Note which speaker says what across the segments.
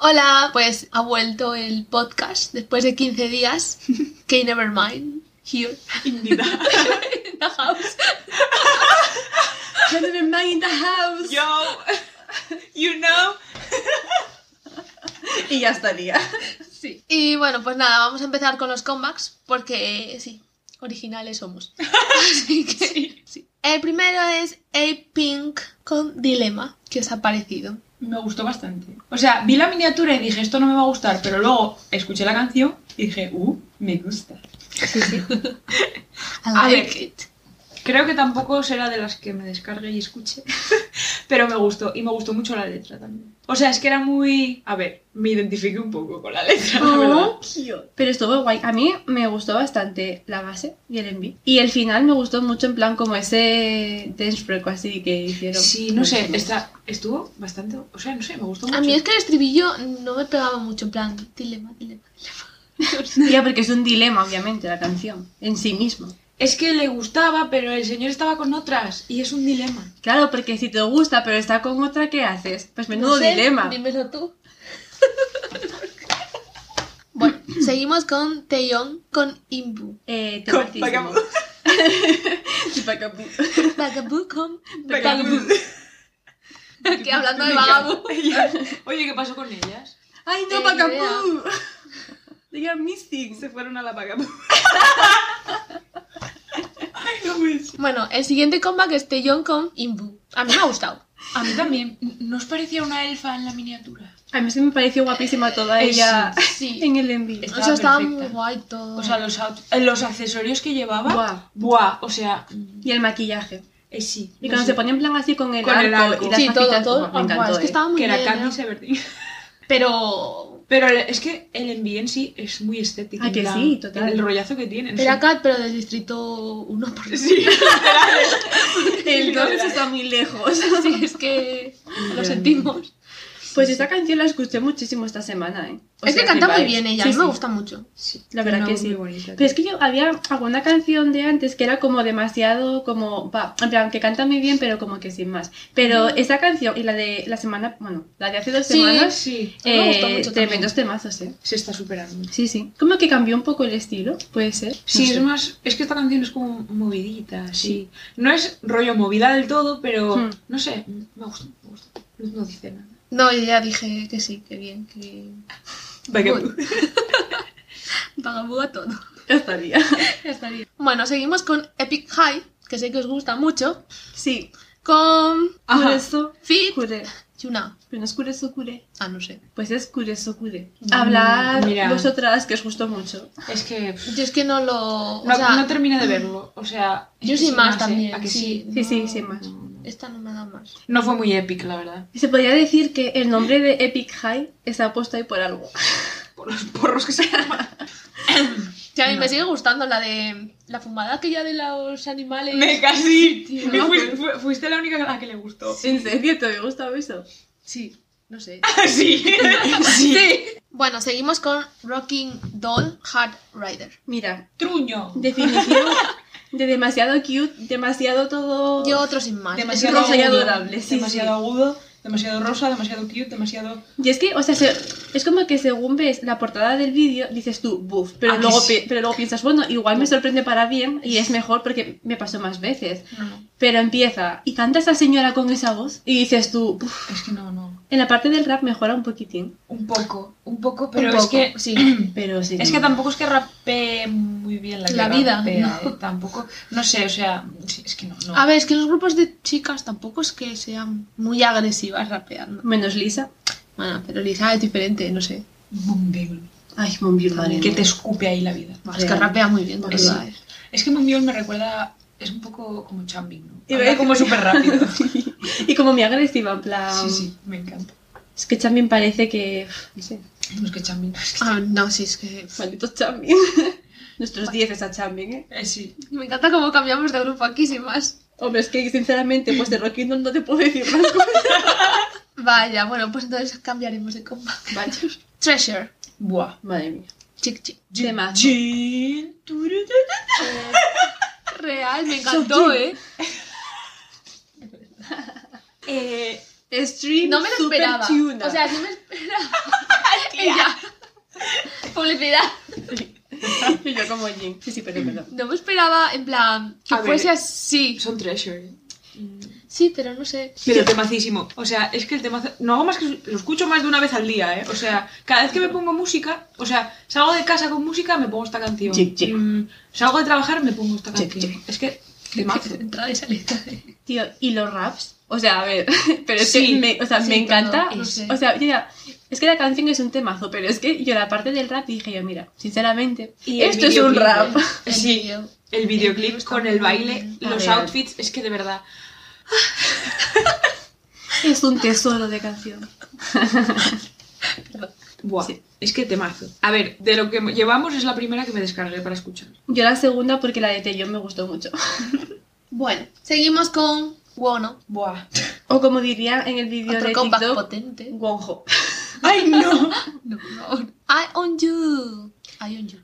Speaker 1: Hola, pues ha vuelto el podcast después de 15 días. Que never mind. Here.
Speaker 2: Indita.
Speaker 1: In the house.
Speaker 2: Never mind in the house.
Speaker 3: Yo, you know.
Speaker 2: Y ya estaría.
Speaker 1: Sí. Y bueno, pues nada, vamos a empezar con los comebacks porque sí, originales somos. Así que sí. El primero es A Pink con Dilema. ¿Qué os ha parecido?
Speaker 2: Me gustó bastante. O sea, vi la miniatura y dije, esto no me va a gustar, pero luego escuché la canción y dije, uh, me gusta.
Speaker 1: I
Speaker 2: A
Speaker 1: like
Speaker 2: ver.
Speaker 1: it.
Speaker 2: Creo que tampoco será de las que me descargue y escuche, pero me gustó y me gustó mucho la letra también. O sea, es que era muy... A ver, me identifiqué un poco con la letra, la verdad.
Speaker 4: Oh, pero estuvo guay. A mí me gustó bastante la base y el envío. Y el final me gustó mucho en plan como ese dance break así que hicieron.
Speaker 2: Sí, no sé, está, estuvo bastante... O sea, no sé, me gustó mucho.
Speaker 1: A mí es que el estribillo no me pegaba mucho, en plan, dilema, dilema.
Speaker 4: Ya, porque es un dilema, obviamente, la canción en sí misma.
Speaker 2: Es que le gustaba, pero el señor estaba con otras y es un dilema.
Speaker 4: Claro, porque si te gusta pero está con otra, ¿qué haces? Pues menudo
Speaker 1: No sé,
Speaker 4: dilema.
Speaker 1: Dímelo tú. bueno, seguimos con Taeyong con Imbu.
Speaker 4: Eh,
Speaker 3: Con
Speaker 4: tematismo.
Speaker 3: vagabundo.
Speaker 4: Sí, vagabundo.
Speaker 1: Vagabu con
Speaker 3: Vagabu.
Speaker 1: Vagabu. Que hablando de vagabu.
Speaker 2: Oye, ¿qué pasó con ellas?
Speaker 4: ¡Ay,
Speaker 1: Eh,
Speaker 4: no, vagabundo! They are missing.
Speaker 2: Se fueron a la vagabundo. Ay, no puede ser.
Speaker 1: Bueno, el siguiente comeback es Taeyong con Imbu. A mí me ha gustado.
Speaker 2: A mí también. ¿No os parecía una elfa en la miniatura?
Speaker 4: A mí se me pareció guapísima toda
Speaker 2: Eh,
Speaker 4: ella
Speaker 1: Sí.
Speaker 4: en el envío.
Speaker 1: O sea, estaba
Speaker 2: Estaba
Speaker 1: muy
Speaker 2: perfecta.
Speaker 1: guay todo.
Speaker 2: O sea, los, out- eh, los accesorios que llevaba.
Speaker 4: Buah.
Speaker 2: Buah, o sea,
Speaker 4: Y el maquillaje.
Speaker 2: eh, sí.
Speaker 4: Y
Speaker 2: no
Speaker 4: cuando
Speaker 2: sé,
Speaker 4: se ponía en plan así con el,
Speaker 2: Con
Speaker 4: arco,
Speaker 2: el arco.
Speaker 4: y las
Speaker 1: sí, todo,
Speaker 4: gafitas,
Speaker 1: todo.
Speaker 4: buah, me encantó.
Speaker 1: Guau, es que
Speaker 4: eh.
Speaker 1: estaba muy
Speaker 2: Que era
Speaker 1: bien,
Speaker 2: Candy
Speaker 1: ¿no?
Speaker 2: Severdeen.
Speaker 1: Pero
Speaker 2: Pero el- es que el envío en sí es muy estético.
Speaker 4: Ah,
Speaker 2: en
Speaker 4: que
Speaker 2: plan,
Speaker 4: sí, total.
Speaker 2: El rollazo que tienen.
Speaker 1: Era Cat, pero del distrito 1. Por...
Speaker 2: Sí, literal.
Speaker 4: El dos está muy lejos.
Speaker 1: Sí, es que lo sentimos.
Speaker 4: Pues esta canción la escuché muchísimo esta semana, ¿eh? O
Speaker 1: es
Speaker 4: sea,
Speaker 1: que canta muy
Speaker 4: flipáis.
Speaker 1: bien ella,
Speaker 4: Sí,
Speaker 1: a mí me
Speaker 4: sí.
Speaker 1: gusta mucho.
Speaker 2: Sí,
Speaker 4: La verdad
Speaker 2: una
Speaker 4: que
Speaker 2: voz
Speaker 4: sí.
Speaker 2: muy bonita,
Speaker 4: Pero es
Speaker 2: tío.
Speaker 4: que yo había alguna canción de antes que era como demasiado, como, va, en plan, que canta muy bien, pero como que sin más. Pero esta canción y la de la semana, bueno, la de hace dos
Speaker 1: Sí,
Speaker 4: semanas,
Speaker 2: Sí,
Speaker 1: a mí me gustó
Speaker 4: eh,
Speaker 1: mucho
Speaker 4: tremendos temazos, ¿eh?
Speaker 2: se está superando.
Speaker 4: Sí, sí. Como que cambió un poco el estilo, puede ser.
Speaker 2: Sí,
Speaker 4: No sé.
Speaker 2: es más, es que esta canción es como movidita, sí. No es rollo movida del todo, pero
Speaker 4: Hmm.
Speaker 2: no sé, me gusta, me gusta. No, no dice nada.
Speaker 1: No, yo ya dije que sí, que bien, que. Vagabundo. Vagabundo a todo.
Speaker 4: Ya estaría.
Speaker 1: Ya está bien. Bueno, seguimos con Epic High, que sé que os gusta mucho,
Speaker 4: Sí.
Speaker 1: con
Speaker 2: Ajá.
Speaker 4: Kureso,
Speaker 1: Fit
Speaker 4: kure.
Speaker 1: Yuna.
Speaker 4: Pero no es kureso, kure.
Speaker 1: Ah, no sé.
Speaker 4: Pues es kureso, kure.
Speaker 2: Mm,
Speaker 4: Hablad
Speaker 2: mira.
Speaker 4: vosotras, que os gustó mucho.
Speaker 2: Es que pff,
Speaker 1: Yo es que no lo. O
Speaker 2: no,
Speaker 1: sea,
Speaker 2: no termina de verlo. O sea, es
Speaker 1: yo
Speaker 2: que
Speaker 1: sí
Speaker 2: sin
Speaker 1: más
Speaker 2: ¿eh?
Speaker 1: también.
Speaker 2: ¿A que
Speaker 1: sí,
Speaker 2: sí?
Speaker 4: Sí, sí,
Speaker 1: no,
Speaker 4: sin más.
Speaker 1: Esta no me da más.
Speaker 2: No fue muy épico, la verdad.
Speaker 4: Y se podría decir que el nombre de Epic High está puesto ahí por algo.
Speaker 2: Por los porros que se llaman.
Speaker 1: Sí, a mí me sigue gustando la de. La fumada que ya de los animales.
Speaker 2: Me casi.
Speaker 1: Tío,
Speaker 2: me
Speaker 1: no,
Speaker 2: fui-
Speaker 1: pero-
Speaker 2: fu- fuiste la única a la que le gustó.
Speaker 4: ¿En serio te había gustado eso?
Speaker 1: Sí, no sé.
Speaker 2: Sí. sí.
Speaker 1: Bueno, seguimos con Rocking Doll Hard Rider.
Speaker 4: Mira,
Speaker 2: Truño.
Speaker 4: definición de demasiado cute, demasiado todo...
Speaker 1: Yo otro sin más.
Speaker 2: Ah, demasiado
Speaker 4: rosa y
Speaker 2: agudo,
Speaker 4: adorable, sí,
Speaker 2: demasiado
Speaker 4: sí.
Speaker 2: agudo, demasiado rosa, demasiado cute, demasiado.
Speaker 4: Y es que, o sea, se- es como que según ves la portada del vídeo, dices tú, buf, pero,
Speaker 2: ¿A Ah, que
Speaker 4: luego
Speaker 2: sí?
Speaker 4: pi- pero luego piensas, bueno, igual me sorprende para bien y es mejor porque me pasó más veces.
Speaker 2: No,
Speaker 4: Pero empieza, y canta esa señora con esa voz, y dices tú, buf,
Speaker 2: es que no, no.
Speaker 4: en la parte del rap mejora un poquitín,
Speaker 2: Un poco, un poco, pero
Speaker 1: Un
Speaker 2: es
Speaker 1: poco,
Speaker 2: que.
Speaker 1: sí.
Speaker 4: pero sí.
Speaker 2: Es que tampoco es que rapee muy bien la, que
Speaker 1: La vida,
Speaker 2: rapea,
Speaker 1: ¿no?
Speaker 2: eh, Tampoco. No sé, o sea, sí, es que no, no.
Speaker 1: A ver, es que los grupos de chicas tampoco es que sean muy agresivas rapeando.
Speaker 4: Menos Lisa.
Speaker 1: Bueno, pero Lisa es diferente, no sé.
Speaker 2: Monbiol.
Speaker 4: Ay, Mon Biol, madre
Speaker 2: Que
Speaker 4: mía.
Speaker 2: te escupe ahí la vida.
Speaker 1: Es que rapea muy bien, de
Speaker 2: Sí.
Speaker 1: verdad. eh.
Speaker 2: Es que Monbiol me recuerda. Es un poco como Chambing, ¿no?
Speaker 4: Y
Speaker 2: Habla
Speaker 4: ve-
Speaker 2: como súper rápido.
Speaker 4: Y como mi agresiva, en plan...
Speaker 2: Sí, sí, me encanta.
Speaker 4: Es que Chambin parece que... uf, No sé.
Speaker 2: No es que Chambing. Es que...
Speaker 1: Ah, no, sí, es que.
Speaker 4: Maldito Chambin. Nuestros 10 es a Chambin, ¿eh?
Speaker 2: Eh, sí.
Speaker 1: Me encanta cómo cambiamos de grupo aquí sin más.
Speaker 4: Hombre, es que sinceramente, pues de Rocky no, no te puedo decir más cosas.
Speaker 1: Vaya, bueno, pues entonces cambiaremos de combate.
Speaker 4: Vaya.
Speaker 1: Treasure.
Speaker 2: Buah.
Speaker 4: Madre mía.
Speaker 1: Chic, chic.
Speaker 4: Temazo.
Speaker 2: Jin.
Speaker 1: Real, me encantó,
Speaker 4: Soji.
Speaker 1: ¿eh?
Speaker 2: Eh,
Speaker 4: Stream
Speaker 1: No me lo
Speaker 4: Super
Speaker 1: esperaba.
Speaker 4: Tuna.
Speaker 1: O sea, sí me esperaba. ya. Publicidad.
Speaker 4: Y yo como Jim. Sí, sí, perdón, perdón.
Speaker 1: No me esperaba, en plan, que
Speaker 2: A ver.
Speaker 1: fuese así.
Speaker 2: Son treasure.
Speaker 1: Sí, pero no sé.
Speaker 2: Pero temacísimo. O sea, es que el temazo. No hago más que. Lo escucho más de una vez al día, ¿eh? O sea, cada vez que me pongo música. O sea, salgo de casa con música, me pongo esta canción.
Speaker 4: Sí, sí.
Speaker 2: Mm, salgo de trabajar, me pongo esta
Speaker 4: Sí,
Speaker 2: canción.
Speaker 4: sí.
Speaker 2: Es que. Temazo.
Speaker 1: Entrada y salida.
Speaker 4: Tío, ¿y los raps? O sea, a ver, pero es
Speaker 2: Sí,
Speaker 4: que me, o sea,
Speaker 1: sí,
Speaker 4: me encanta.
Speaker 1: todo, no sé.
Speaker 4: O sea, yo ya- es que la canción es un temazo, pero es que yo la parte del rap dije yo, mira, sinceramente,
Speaker 2: Y el
Speaker 4: esto es un
Speaker 2: videoclip,
Speaker 4: rap.
Speaker 2: ¿eh?
Speaker 1: El
Speaker 2: Sí.
Speaker 1: vídeo.
Speaker 2: El
Speaker 1: videoclip
Speaker 2: videoclip
Speaker 1: está
Speaker 2: con
Speaker 1: muy
Speaker 2: el baile,
Speaker 1: bien.
Speaker 2: los
Speaker 4: Real.
Speaker 2: outfits, es que de verdad.
Speaker 4: Es un tesoro de canción.
Speaker 2: Buah.
Speaker 4: Sí.
Speaker 2: Es que temazo. A ver, de lo que llevamos es la primera que me descargué para escuchar.
Speaker 4: Yo la segunda porque la de Taeyong me gustó mucho.
Speaker 1: Bueno, seguimos con Wono.
Speaker 2: Buah.
Speaker 4: O como diría en el vídeo
Speaker 1: Otro
Speaker 4: de
Speaker 1: comeback
Speaker 4: TikTok,
Speaker 1: potente.
Speaker 4: Wonjo.
Speaker 2: ¡Ay, no!
Speaker 1: No, no. I on you. I on you.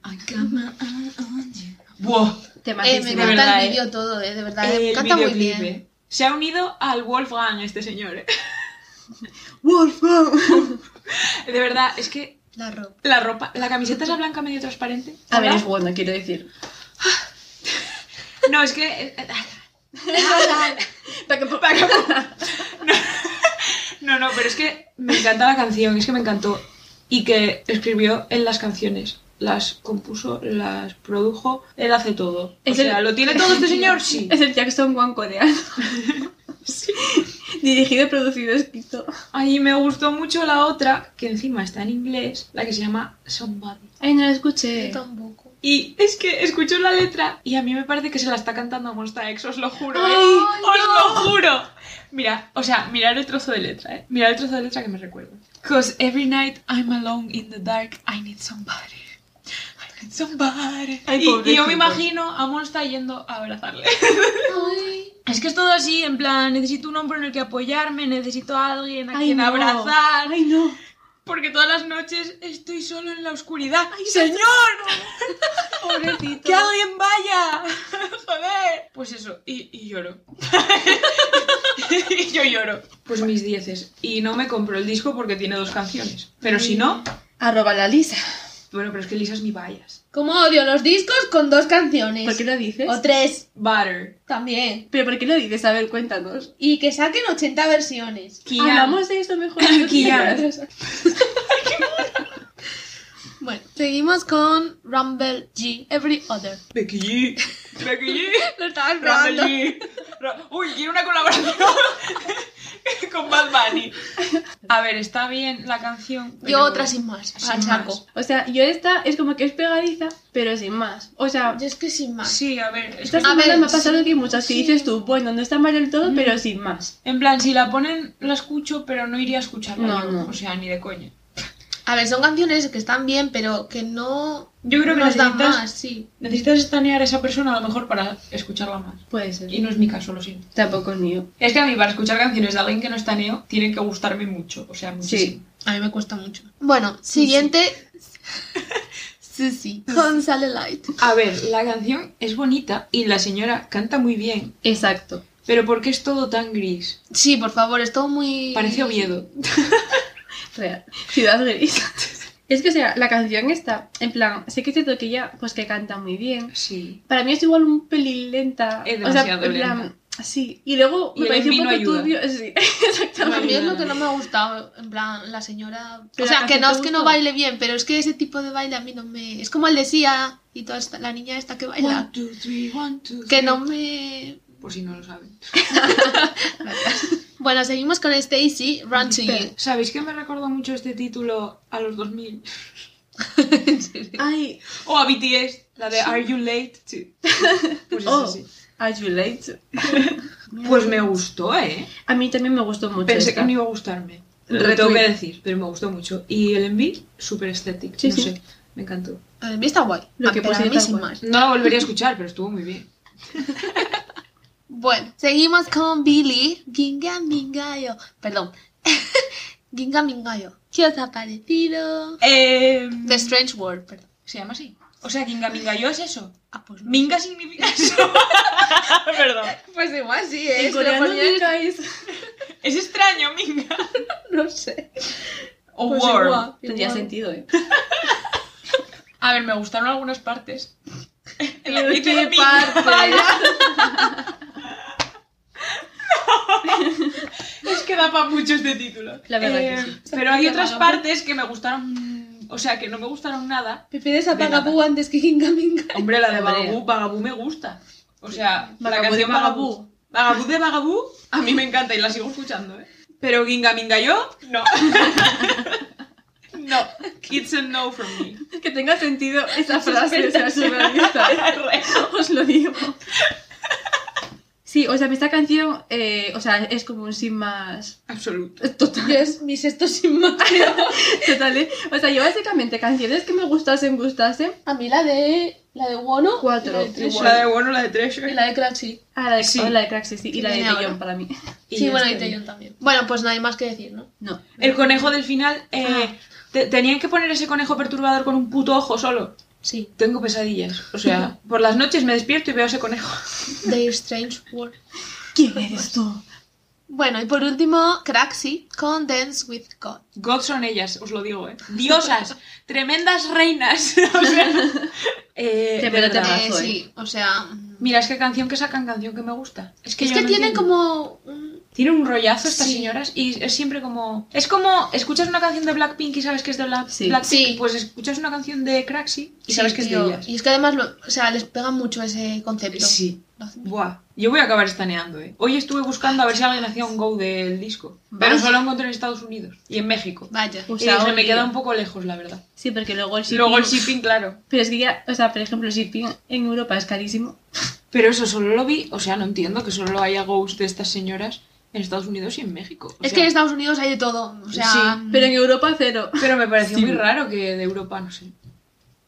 Speaker 2: Buah.
Speaker 1: Eh, me
Speaker 4: Temazísimo.
Speaker 2: de verdad,
Speaker 1: encanta el
Speaker 2: eh.
Speaker 1: vídeo todo, eh, de verdad.
Speaker 2: El
Speaker 1: canta muy
Speaker 2: videoclip,
Speaker 1: bien.
Speaker 2: eh. Se ha unido al Wolfgang este señor. eh.
Speaker 4: Wolfgang.
Speaker 2: De verdad, es que
Speaker 1: La ropa.
Speaker 2: la ropa, la camiseta esa blanca medio transparente.
Speaker 4: A ver, es
Speaker 2: Hola.
Speaker 4: bueno, quiero decir.
Speaker 2: No, es que. eh,
Speaker 4: Pa-
Speaker 2: No, no, pero es que me encanta la canción, es que me encantó. Y que escribió en las canciones. Las compuso, las produjo, él hace todo. O
Speaker 4: Es el-
Speaker 2: sea, ¿lo tiene todo este señor? Sí.
Speaker 4: Es el Jackson Wang coreano. Dirigido, producido, escrito.
Speaker 2: Ay, me gustó mucho la otra, que encima está en inglés, la que se llama Somebody.
Speaker 4: Ay, no la escuché.
Speaker 1: Yo tampoco.
Speaker 2: Y es que escucho la letra y a mí me parece que se la está cantando a Monsta X, os lo juro,
Speaker 1: Ay,
Speaker 2: ¿eh?
Speaker 1: no.
Speaker 2: ¡Os lo juro! Mira, o sea, mirar el trozo de letra, ¿eh? Mirar el trozo de letra que me recuerda. Cause every night I'm alone in the dark, I need somebody. I need somebody.
Speaker 4: Ay,
Speaker 2: Y- y, yo
Speaker 4: pobrecito.
Speaker 2: me imagino a Monsta yendo a abrazarle.
Speaker 1: Ay.
Speaker 2: Es que es todo así, en plan, necesito un hombro en el que apoyarme, necesito a alguien a
Speaker 4: Ay,
Speaker 2: quien
Speaker 4: no.
Speaker 2: abrazar.
Speaker 4: Ay, no.
Speaker 2: Porque todas las noches estoy solo en la oscuridad. ¡Ay, señor!
Speaker 4: Pobrecito.
Speaker 2: ¡Que alguien vaya! ¡Joder! Pues eso, y, y lloro. y yo lloro. Pues mis dieces. Y no me compro el disco porque tiene dos canciones. Pero si no...
Speaker 4: Arroba la Lisa.
Speaker 2: Bueno, pero es que Lisa es mi bias.
Speaker 1: Cómo odio los discos con dos canciones.
Speaker 4: ¿Por qué lo dices?
Speaker 1: O tres,
Speaker 2: Butter.
Speaker 1: también.
Speaker 4: ¿Pero por qué lo dices? A ver, cuéntanos.
Speaker 1: Y que saquen 80 versiones.
Speaker 2: Kian.
Speaker 4: Hablamos de esto mejor.
Speaker 2: Kian.
Speaker 1: Bueno, seguimos con Rumble G, Every Other.
Speaker 2: Becky G. Becky G.
Speaker 1: Lo estaba
Speaker 2: Rumble
Speaker 1: probando.
Speaker 2: G. Ra- Uy, quiero una colaboración con Bad Bunny. A ver, está bien la canción. pues.
Speaker 1: Yo
Speaker 2: pero-
Speaker 1: otra sin más,
Speaker 2: Sin
Speaker 1: al saco.
Speaker 4: O sea, yo esta es como que es pegadiza, pero sin más. O sea,
Speaker 1: Yo es que sin más.
Speaker 2: Sí, a ver. es
Speaker 4: esta
Speaker 1: A
Speaker 4: semana
Speaker 1: ver,
Speaker 4: me ha pasado que hay muchas que
Speaker 1: sí.
Speaker 4: dices tú, bueno, no está mal del todo, pero sin más.
Speaker 2: En plan, si la ponen, la escucho, pero no iría a escucharla.
Speaker 4: No,
Speaker 2: yo.
Speaker 4: no.
Speaker 2: O sea, ni de coña.
Speaker 1: A ver, son canciones que están bien, pero que no
Speaker 2: Yo creo que
Speaker 1: nos dan
Speaker 2: necesitas-
Speaker 1: más, sí.
Speaker 2: Necesitas estanear a esa persona a lo mejor para escucharla más.
Speaker 4: Puede ser.
Speaker 2: Y no es mi caso, lo siento.
Speaker 4: Tampoco es mío.
Speaker 2: Es que a mí, para escuchar canciones de alguien que no estaneo, tienen que gustarme mucho. O sea, muchísimo.
Speaker 1: A mí me cuesta mucho. Bueno, siguiente. Susi. Con Sally Light.
Speaker 2: A ver, la canción es bonita y la señora canta muy bien.
Speaker 4: Exacto.
Speaker 2: Pero ¿por qué es todo tan gris?
Speaker 1: Sí, por favor, es todo muy.
Speaker 2: Parece Oviedo.
Speaker 4: Real. Ciudad gris. Es que, o sea, la canción está, en plan, sé que es cierto que ella, pues que canta muy bien.
Speaker 2: Sí.
Speaker 4: Para mí es igual un pelín lenta.
Speaker 2: Es
Speaker 4: o sea,
Speaker 2: demasiado
Speaker 4: en plan,
Speaker 2: lenta.
Speaker 4: Sí. Y luego
Speaker 2: Y
Speaker 4: me
Speaker 2: el
Speaker 4: pareció un
Speaker 2: envino
Speaker 4: poco
Speaker 2: ayuda.
Speaker 4: turbio. Sí, exactamente.
Speaker 1: A mí es lo que no me ha gustado, en plan, la señora...
Speaker 4: Pero
Speaker 1: o sea,
Speaker 4: la
Speaker 1: que
Speaker 4: canción
Speaker 1: no
Speaker 4: te
Speaker 1: es que no
Speaker 4: gustó.
Speaker 1: baile bien, pero es que ese tipo de baile a mí no me... Es como el de Sia y toda esta- la niña esta que
Speaker 2: One,
Speaker 1: baila.
Speaker 2: two, three, one, two,
Speaker 1: Que
Speaker 2: three.
Speaker 1: no me...
Speaker 2: Por si no lo saben.
Speaker 1: Bueno, seguimos con Stacy, Run to You.
Speaker 2: ¿Sabéis que me recordó mucho este título a los 2000?
Speaker 4: Ay,
Speaker 2: O a BTS, la de Are You Late? Sí. Pues
Speaker 4: Oh.
Speaker 2: eso sí.
Speaker 4: Are you late?
Speaker 2: Pues me gustó, ¿eh?
Speaker 4: A mí también me gustó mucho.
Speaker 2: Pensé
Speaker 4: esta.
Speaker 2: que no iba a gustarme. Lo
Speaker 4: Retweet.
Speaker 2: tengo que decir, pero me gustó mucho. Y el envy, súper estético.
Speaker 4: Sí,
Speaker 2: no
Speaker 4: sí.
Speaker 2: sé, me encantó.
Speaker 1: A mí está guay.
Speaker 4: Lo
Speaker 1: Ah,
Speaker 4: que
Speaker 1: pero a
Speaker 4: pusieron
Speaker 1: mí
Speaker 4: está
Speaker 1: sin
Speaker 4: guay.
Speaker 1: más.
Speaker 2: No la volvería a escuchar, pero estuvo muy bien.
Speaker 1: Bueno, seguimos con Billy. Ginga Mingayo. Perdón. Ginga Mingayo. ¿Qué os ha parecido? The Strange World, perdón.
Speaker 2: ¿Se llama así? Em, O sea, Ginga Minga Yo es eso.
Speaker 1: Ah, pues no.
Speaker 2: Minga significa eso. Perdón.
Speaker 1: Pues igual sí,
Speaker 2: Este
Speaker 4: En
Speaker 1: es
Speaker 4: coreano nunca es-
Speaker 2: Es extraño, Minga.
Speaker 1: No sé.
Speaker 2: O
Speaker 1: Pues
Speaker 2: War.
Speaker 1: igual.
Speaker 4: Tendría
Speaker 1: Igual.
Speaker 4: sentido, ¿eh?
Speaker 2: A ver, me gustaron algunas partes. El
Speaker 1: ¿Qué
Speaker 2: ambiente de mí.
Speaker 1: parte?
Speaker 2: Es que da para mucho este título.
Speaker 4: La verdad que sí.
Speaker 2: Eh, Pero hay
Speaker 1: Qué
Speaker 2: otras
Speaker 1: vago.
Speaker 2: partes que me gustaron. mm, O sea, que no me gustaron nada.
Speaker 1: Pepe de
Speaker 2: De nada.
Speaker 1: Zapagapú antes que Kinga Minga.
Speaker 2: Hombre, la de
Speaker 4: Hombre.
Speaker 2: Bagabú, Bagabú me gusta. O sea, la
Speaker 4: Bagabú
Speaker 2: canción
Speaker 4: de
Speaker 2: Bagabú. Bagabú de Bagabú, a mí me encanta y la sigo escuchando, ¿eh? Pero Ginga Minga yo, no. no. It's a no from me.
Speaker 4: Que tenga sentido esa frase, o sea,
Speaker 1: espectacular.
Speaker 4: surrealista. ¿eh? Os lo digo. Sí, o sea, esta canción, eh, o sea, es como un sin más
Speaker 2: Absoluto.
Speaker 4: total,
Speaker 1: Yo es mi sexto sin más.
Speaker 4: total, ¿eh? O sea, yo básicamente canciones que me gustasen, gustasen,
Speaker 1: A mí la de. La de Wono.
Speaker 4: Cuatro.
Speaker 1: Y la de Treasure.
Speaker 2: La de bueno, la de
Speaker 1: Y
Speaker 2: Treasure.
Speaker 1: la de Cratchy.
Speaker 4: ah, la de,
Speaker 2: Sí.
Speaker 4: oh, la de Crack, sí, sí, y
Speaker 1: Sí,
Speaker 4: la de
Speaker 1: viene ahora.
Speaker 4: Taeyong para mí.
Speaker 1: Sí,
Speaker 2: ya
Speaker 1: bueno, y
Speaker 2: está.
Speaker 1: Taeyong también. Bueno, pues nada hay más que decir, ¿no?
Speaker 4: No.
Speaker 2: El conejo del final, eh, te- tenían que poner ese conejo perturbador con un puto ojo solo.
Speaker 1: Sí.
Speaker 2: Tengo pesadillas. O sea, por las noches me despierto y veo a ese conejo.
Speaker 1: Their Strange World.
Speaker 4: ¿Quién eres tú?
Speaker 1: Bueno, y por último, Craxi con Dance with God.
Speaker 2: God son ellas, os lo digo, ¿eh? Diosas, tremendas reinas. O sea, eh,
Speaker 4: Te
Speaker 2: de
Speaker 4: pero te
Speaker 2: verdad.
Speaker 4: Temazo,
Speaker 1: Eh, sí, o sea. mm,
Speaker 2: Mira, es que canción que sacan, canción que me gusta. Es que,
Speaker 1: es
Speaker 2: yo
Speaker 1: que
Speaker 2: no
Speaker 1: tienen
Speaker 2: entiendo.
Speaker 1: como. un-
Speaker 2: Tienen un rollazo estas
Speaker 1: Sí.
Speaker 2: señoras y es siempre como... Es como... Escuchas una canción de Blackpink y sabes que es de Black-
Speaker 4: Sí.
Speaker 2: Blackpink.
Speaker 1: Sí.
Speaker 2: Pues escuchas una canción de Craxi y sabes
Speaker 1: Sí,
Speaker 2: que es
Speaker 1: tío.
Speaker 2: de ellas.
Speaker 1: Y es que además, lo- o sea, les pega mucho ese concepto.
Speaker 2: Sí.
Speaker 1: Lo hacen bien.
Speaker 2: Buah. Yo voy a acabar estaneando, ¿eh? Hoy estuve buscando a ver si alguien hacía un go del disco. Pero
Speaker 1: Vaya.
Speaker 2: solo lo encontré en Estados Unidos y en México.
Speaker 1: Vaya.
Speaker 4: Pues
Speaker 2: y dije,
Speaker 4: ahora-
Speaker 2: me queda un poco lejos, la verdad.
Speaker 4: Sí, porque luego el shipping...
Speaker 2: Luego el shipping, claro.
Speaker 4: Pero es que ya, o sea, por ejemplo, el shipping en Europa es carísimo.
Speaker 2: Pero eso solo lo vi, o sea, no entiendo que solo haya ghosts de estas señoras en Estados Unidos y en México. o
Speaker 1: Es
Speaker 2: sea,
Speaker 1: que en Estados Unidos hay de todo. O sea, mm,
Speaker 2: Sí,
Speaker 4: Pero en Europa cero.
Speaker 2: Pero me pareció
Speaker 4: Sí.
Speaker 2: muy raro que de Europa, no sé.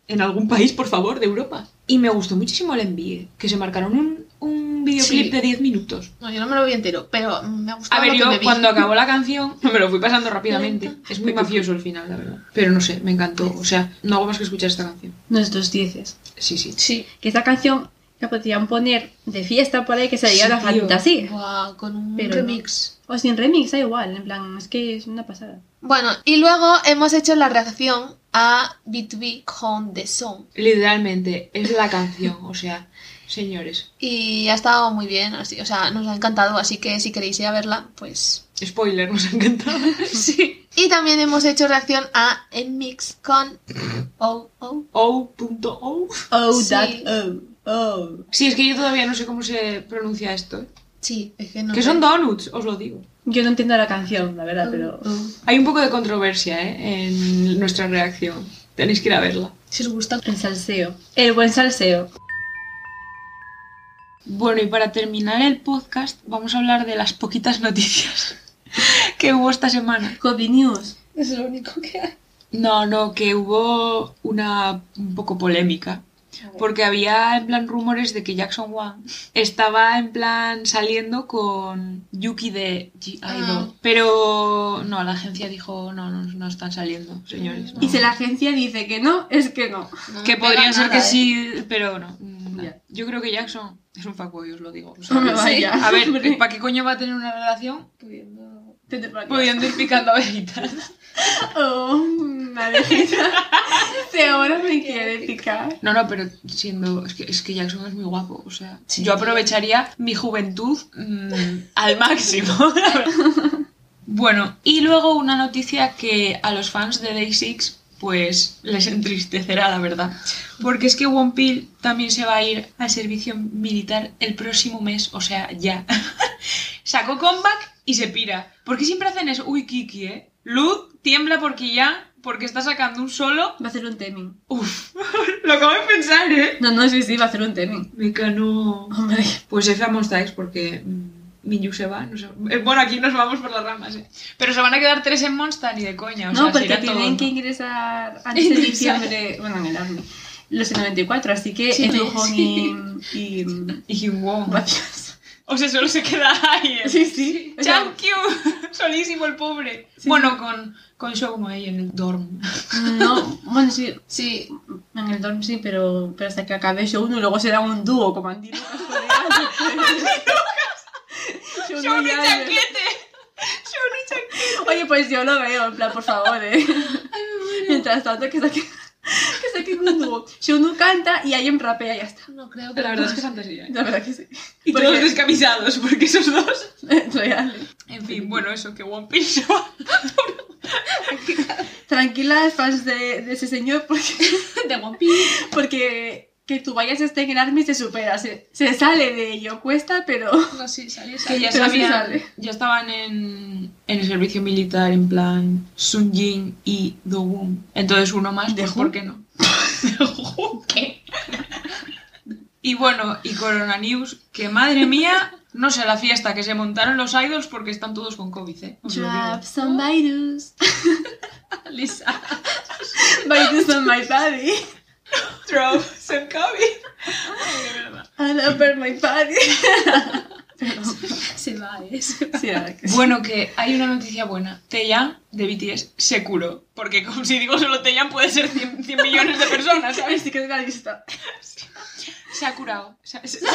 Speaker 2: En algún país, por favor, de Europa. Y me gustó muchísimo el envíe, que se marcaron un, un videoclip
Speaker 1: Sí.
Speaker 2: de 10 minutos.
Speaker 1: no, yo no me lo vi entero, pero mm, me ha
Speaker 2: A
Speaker 1: gustado.
Speaker 2: ver,
Speaker 1: lo que
Speaker 2: yo
Speaker 1: me vi.
Speaker 2: cuando acabó la canción, me lo fui pasando rápidamente. Es muy mafioso el final, la verdad. Pero no sé, me encantó. O sea, no hago más que escuchar esta canción.
Speaker 4: Nuestros dieces.
Speaker 2: Sí, sí.
Speaker 1: Sí.
Speaker 4: Que esta canción la podrían poner de fiesta por ahí que sería
Speaker 2: Sí,
Speaker 4: la
Speaker 2: tío.
Speaker 4: fantasía.
Speaker 1: Guau, con un
Speaker 4: Pero no.
Speaker 1: remix.
Speaker 4: O sin remix, da igual, en plan, es que es una pasada.
Speaker 1: Bueno, y luego hemos hecho la reacción a B2B con The Song.
Speaker 2: Literalmente, es la canción. O sea, señores,
Speaker 1: Y ha estado muy bien, así, o sea, nos ha encantado, así que si queréis ir a verla, pues
Speaker 2: spoiler, nos ha encantado.
Speaker 1: sí. Y también hemos hecho reacción a En Mix con Oh Oh.
Speaker 2: O.O.
Speaker 4: Oh,
Speaker 1: Sí.
Speaker 4: that, oh, oh.
Speaker 2: Sí, es que yo todavía no sé cómo se pronuncia esto. ¿eh?
Speaker 1: Sí, es que no.
Speaker 2: que
Speaker 1: sé.
Speaker 2: son donuts, os lo digo.
Speaker 4: Yo no entiendo la canción, la verdad, pero...
Speaker 2: Hay un poco de controversia ¿eh? en nuestra reacción. Tenéis que ir a verla.
Speaker 1: Si os gusta.
Speaker 4: El salseo. El buen salseo.
Speaker 2: Bueno, y para terminar el podcast, vamos a hablar de las poquitas noticias que hubo esta semana.
Speaker 4: Copy News.
Speaker 1: Es lo único que hay.
Speaker 2: No, no, que hubo una un poco polémica. Porque había en plan rumores de que Jackson Wang estaba en plan saliendo con Yuki de
Speaker 1: Ah.
Speaker 2: G-Idol. Pero no, la agencia dijo, no, no, no están saliendo, señores.
Speaker 4: Y
Speaker 2: no".
Speaker 4: si la agencia dice que no, es que no.
Speaker 1: No
Speaker 2: Que
Speaker 1: pega
Speaker 2: podría ser
Speaker 1: nada,
Speaker 2: que
Speaker 1: ¿eh?
Speaker 2: sí, pero no. mm,
Speaker 4: Ya.
Speaker 2: no. Yo creo que Jackson es un fuckboy, os lo digo. O sea,
Speaker 4: No me vaya.
Speaker 2: a ver,
Speaker 4: hombre.
Speaker 2: ¿para qué coño va a tener una relación
Speaker 1: ¿eh? Pudiendo-
Speaker 4: Te te
Speaker 2: pudiendo ir picando abejitas?
Speaker 4: Oh, una abejita. Si ahora me quiere picar.
Speaker 2: No, no, pero siendo... Es que, es que Jackson es muy guapo, o sea...
Speaker 1: Sí.
Speaker 2: yo aprovecharía mi juventud mm, al máximo. bueno, y luego una noticia que a los fans de Day6 pues les entristecerá, la verdad. Porque es que Wonpil también se va a ir al servicio militar el próximo mes, o sea, ya. Sacó comeback y se pira. Porque siempre hacen eso? Uy, Kiki, ¿eh? Luz tiembla porque ya, porque está sacando un solo
Speaker 4: Va a hacer un teming.
Speaker 2: Uf, lo acabo de pensar, ¿eh?
Speaker 4: No, no, sí, sí, va a hacer un Oh, teming.
Speaker 2: Mica, no.
Speaker 4: Hombre.
Speaker 2: Pues F a Monstax porque mm, Minyu se va. No se... eh, Bueno, aquí nos vamos por las ramas, ¿eh? Pero se van a quedar tres en Monster ni de coña. O
Speaker 4: no,
Speaker 2: sea, se
Speaker 4: porque
Speaker 2: irá todo,
Speaker 4: tienen
Speaker 2: ¿no?
Speaker 4: que ingresar antes de diciembre, bueno, en el Army, los 94, así que
Speaker 1: Sí,
Speaker 4: el Lujo
Speaker 1: sí.
Speaker 4: y... y
Speaker 2: Y Hyunwoo.
Speaker 4: gracias.
Speaker 2: O sea, solo se queda ahí. ¿eh?
Speaker 4: Sí, sí. O sea,
Speaker 2: Chang Kyu, solísimo el pobre. Bueno, con, con Shoumo ahí en el dorm.
Speaker 4: no, bueno, sí,
Speaker 1: Sí,
Speaker 4: en el dorm sí, pero, pero hasta que acabe show uno, luego será un dúo como Andy Lucas. Show
Speaker 2: ¡Shouno y
Speaker 4: Yane.
Speaker 2: Chanquete! ¡Shouno y Chanquete!
Speaker 4: Oye, pues yo lo veo, en plan, por favor, ¿eh? Mientras tanto, que saquen, que saquen un dúo. Shunu canta y alguien rapea y ya está.
Speaker 1: No creo que
Speaker 2: La verdad es que fantasía. ¿eh?
Speaker 4: La verdad que sí.
Speaker 2: Y
Speaker 4: Porque-
Speaker 2: todos descamisados, porque esos dos.
Speaker 4: Real.
Speaker 2: En fin, bueno, eso, que One Piece se va.
Speaker 4: Tranquilas, fans de, de ese señor, porque,
Speaker 3: De One Piece.
Speaker 4: porque que tú vayas a estar en Army se supera, se, se sale de ello, cuesta, pero...
Speaker 1: No, sí, salió
Speaker 2: Que ya
Speaker 4: Pero sí
Speaker 2: sabían-
Speaker 4: sale.
Speaker 2: ya estaban en, en el servicio militar, en plan Sun Jin y Do Woon. Entonces uno más,
Speaker 4: ¿De
Speaker 2: pues,
Speaker 4: Who?
Speaker 2: ¿por qué no?
Speaker 3: ¿Qué?
Speaker 2: Y bueno, y Corona News, que madre mía, no sé la fiesta que se montaron los idols porque están todos con COVID, ¿eh? Os lo digo.
Speaker 4: Drops on virus,
Speaker 2: Lisa,
Speaker 4: virus on my body,
Speaker 2: throw some COVID. Ay, de verdad.
Speaker 4: and upper my body.
Speaker 1: Se va, es.
Speaker 4: Sí, la verdad que sí.
Speaker 2: Bueno, que hay una noticia buena. Taeyang de BTS se curó. Porque como si digo solo Taeyang puede ser 100, 100 millones de personas,
Speaker 4: A
Speaker 2: ¿sabes?
Speaker 4: ver, sí que es la lista.
Speaker 2: Se ha curado. Se, se- se-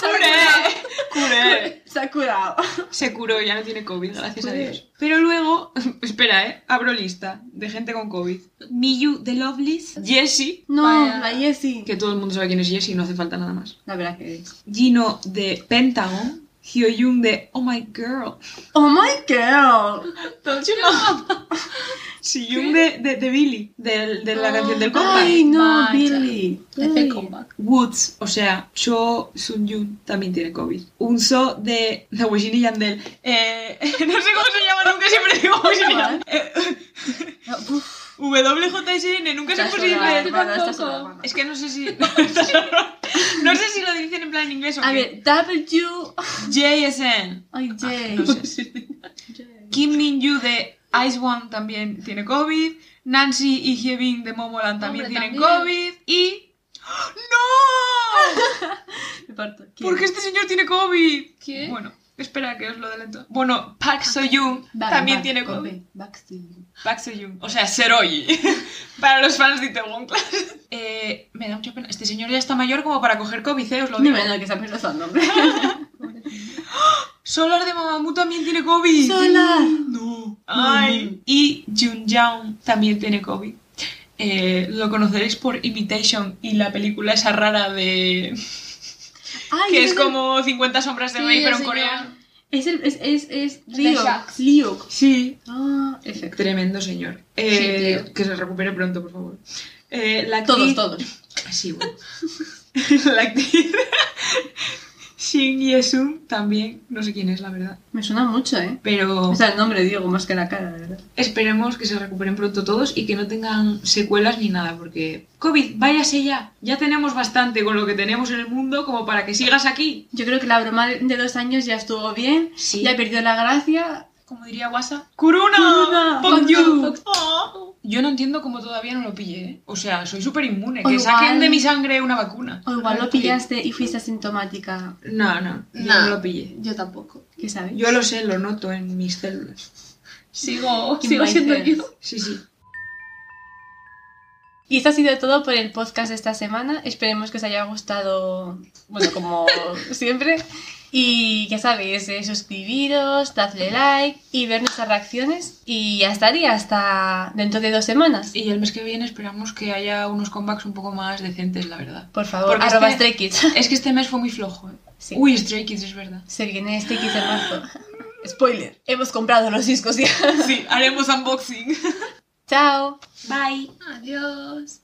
Speaker 2: curé. Curé.
Speaker 4: Se ha curado.
Speaker 2: Se curó, ya no tiene COVID, gracias a
Speaker 4: Curé.
Speaker 2: Dios. Pero luego, espera, ¿eh? Abro lista de gente con COVID. Miyu de Lovelies. Jessie.
Speaker 4: No,
Speaker 1: Vaya.
Speaker 4: la Jessie.
Speaker 2: Que todo el mundo sabe quién es Jessie, no hace falta nada más.
Speaker 4: La verdad que es.
Speaker 2: Gino de Pentagon. Hyoyun de Oh My Girl.
Speaker 4: Oh my girl.
Speaker 2: Don't you know? Siyun de, de, de Billy, de, de la
Speaker 1: Ah,
Speaker 2: canción del compa.
Speaker 4: Ay, no,
Speaker 1: Vaya.
Speaker 4: Billy.
Speaker 1: Hace
Speaker 4: Ay.
Speaker 1: comeback.
Speaker 2: Woods, o sea, Cho Sun-jun también tiene COVID. Unso de, de Wisin y Yandel. Eh, no sé cómo se llama, nunca siempre digo Wisin y Yandel. Eh,
Speaker 4: Uf,
Speaker 2: WJSN, nunca sé
Speaker 4: estás
Speaker 2: por
Speaker 4: sola,
Speaker 2: inglés.
Speaker 4: hermana, estás
Speaker 1: tampoco.
Speaker 4: sola, hermana.
Speaker 2: Es que no sé si... no sé si lo dicen en plan en inglés o
Speaker 4: A
Speaker 2: qué.
Speaker 4: ver, W.
Speaker 2: JSN.
Speaker 4: Ay, Jay.
Speaker 2: Ah, No sé. Kim Min-ju de Ice One también tiene COVID. Nancy y Hyebin de Momoland también
Speaker 1: Hombre,
Speaker 2: tienen
Speaker 1: también.
Speaker 2: COVID. Y... ¡No!
Speaker 4: Me parto. ¿Quién?
Speaker 2: Porque este señor tiene COVID?
Speaker 1: ¿Qué?
Speaker 2: Bueno, espera que os lo adelanto. Bueno, Park Soyun
Speaker 4: Vale,
Speaker 2: también
Speaker 4: vale,
Speaker 2: tiene
Speaker 4: ok,
Speaker 2: COVID.
Speaker 4: Backstreet.
Speaker 2: Park Soyun, o sea, Seroy. para los fans de Itaewon Class. Eh, me da mucha pena. Este señor ya está mayor como para coger COVID, eh, os lo
Speaker 4: Ni
Speaker 2: digo.
Speaker 4: menos que se ha perdido su nombre.
Speaker 2: Solar de Mamamoo también tiene COVID.
Speaker 4: Solar.
Speaker 2: No. Ay. Y Jun Jaung también tiene COVID. Eh, lo conoceréis por Imitation y la película esa rara de...
Speaker 4: Ay,
Speaker 2: que es
Speaker 4: el-
Speaker 2: como 50 sombras de
Speaker 1: Sí,
Speaker 2: Grey, pero en
Speaker 1: el señor.
Speaker 2: Corea.
Speaker 4: Es el. Es. Es. Es.
Speaker 1: The
Speaker 4: Liuk.
Speaker 1: Sharks.
Speaker 4: Liuk.
Speaker 2: Sí,
Speaker 4: Ah, efecto.
Speaker 2: Tremendo señor.
Speaker 1: Sí,
Speaker 2: Eh,
Speaker 1: tío.
Speaker 2: que se recupere pronto, por favor. Eh, la
Speaker 4: Todos,
Speaker 2: actriz-
Speaker 4: todos.
Speaker 2: Sí, bueno. la actriz Shin Ye-sun también. No sé quién es, la verdad.
Speaker 4: Me suena mucho, ¿eh?
Speaker 2: Pero
Speaker 4: O sea, el nombre, digo, más que la cara, de verdad.
Speaker 2: esperemos que se recuperen pronto todos y que no tengan secuelas ni nada, porque COVID, váyase ya. Ya tenemos bastante con lo que tenemos en el mundo como para que sigas aquí.
Speaker 4: Yo creo que la broma de dos años ya estuvo bien.
Speaker 2: Sí.
Speaker 4: Ya perdió la gracia.
Speaker 2: Como diría Guasa, ¡Kuruna!
Speaker 4: Kuruna,
Speaker 2: ¡Fuck you!
Speaker 4: fuck
Speaker 2: Oh. Yo no entiendo cómo todavía no lo pille, ¿eh? O sea, soy súper inmune.
Speaker 4: O
Speaker 2: Que
Speaker 4: igual-
Speaker 2: saquen de mi sangre una vacuna.
Speaker 4: O igual lo pillaste y fuiste asintomática.
Speaker 2: No, no. yo
Speaker 1: No.
Speaker 2: No lo pillé.
Speaker 1: Yo tampoco.
Speaker 4: ¿Qué sabes?
Speaker 2: Yo lo sé, lo noto en mis células.
Speaker 1: Sigo,
Speaker 4: ¿Quién
Speaker 1: sigo
Speaker 4: va a
Speaker 1: siendo
Speaker 4: hacer?
Speaker 1: yo.
Speaker 2: Sí, sí.
Speaker 4: Y esto ha sido todo por el podcast de esta semana. Esperemos que os haya gustado, bueno, como siempre. Y ya sabéis, eh, suscribiros, dadle like y ver nuestras reacciones. Y ya estaría hasta dentro de dos semanas.
Speaker 2: Y el mes que viene esperamos que haya unos comebacks un poco más decentes, la verdad.
Speaker 4: Por favor,
Speaker 2: Porque
Speaker 4: arroba
Speaker 2: este-
Speaker 4: Stray Kids.
Speaker 2: Es que este mes fue muy flojo, ¿eh?
Speaker 4: Sí.
Speaker 2: Uy, Stray Kids, es verdad.
Speaker 4: Se viene Stray Kids en marzo. Spoiler, hemos comprado los discos ya.
Speaker 2: Sí, haremos unboxing.
Speaker 4: Chao.
Speaker 2: Bye.
Speaker 1: Adiós.